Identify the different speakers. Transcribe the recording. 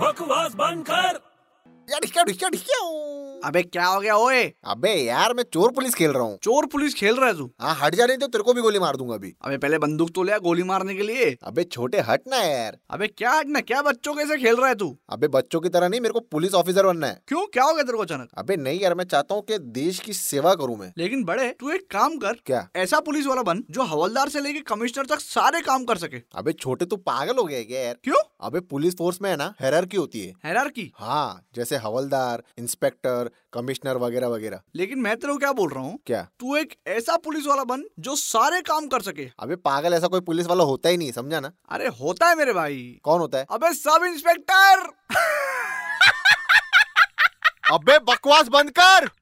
Speaker 1: बकवास बंद कर
Speaker 2: यार ढिकिया ढिकिया ढिकिया
Speaker 3: अबे क्या हो गया ओए
Speaker 2: अबे यार मैं चोर पुलिस खेल रहा हूँ
Speaker 3: चोर पुलिस खेल रहा है तू
Speaker 2: हाँ हट जा नहीं तो तेरे को भी गोली मार दूंगा अभी
Speaker 3: अबे पहले बंदूक तो ले आ गोली मारने के लिए
Speaker 2: अबे छोटे हट ना यार
Speaker 3: अबे क्या हटना क्या बच्चों कैसे खेल रहा है तू
Speaker 2: अबे बच्चों की तरह नहीं मेरे को पुलिस ऑफिसर बनना है
Speaker 3: क्यों क्या हो गया तेरे को अचानक
Speaker 2: अबे नहीं यार मैं चाहता हूँ कि देश की सेवा करूँ मैं
Speaker 3: लेकिन बड़े तू एक काम कर
Speaker 2: क्या
Speaker 3: ऐसा पुलिस वाला बन जो हवलदार से लेके कमिश्नर तक सारे काम कर सके
Speaker 2: अबे छोटे तू पागल हो गया है क्या यार
Speaker 3: क्यों
Speaker 2: अबे पुलिस फोर्स में है ना हेरारकी होती है
Speaker 3: हैरार्की
Speaker 2: हाँ जैसे हवलदार इंस्पेक्टर कमिश्नर वगैरह वगैरह
Speaker 3: लेकिन मैं तेरे को क्या बोल रहा हूँ
Speaker 2: क्या
Speaker 3: तू एक ऐसा पुलिस वाला बन जो सारे काम कर सके
Speaker 2: अबे पागल ऐसा कोई पुलिस वाला होता ही नहीं समझा ना
Speaker 3: अरे होता है मेरे भाई
Speaker 2: कौन होता है
Speaker 3: अबे सब इंस्पेक्टर
Speaker 2: अबे बकवास बंद कर